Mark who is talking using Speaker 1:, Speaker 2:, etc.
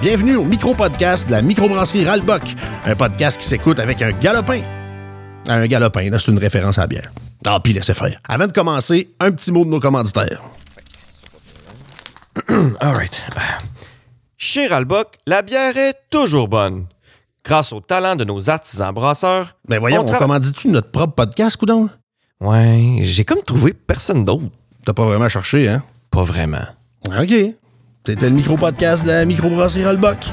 Speaker 1: Bienvenue au micro-podcast de la microbrasserie Ralbock, un podcast qui s'écoute avec un galopin. Un galopin, là, c'est une référence à la bière. Ah, puis laissez faire. Avant de commencer, un petit mot de nos commanditaires.
Speaker 2: Alright. Chez Ralbock, la bière est toujours bonne. Grâce au talent de nos artisans brasseurs.
Speaker 1: Mais Ben voyons, on,
Speaker 2: trava-
Speaker 1: commandit-tu notre propre podcast, coudon?
Speaker 2: Ouais, j'ai comme trouvé personne d'autre.
Speaker 1: T'as pas vraiment cherché, hein?
Speaker 2: Pas vraiment.
Speaker 1: OK. C'était le micro-podcast de la microbrasserie Ralbock.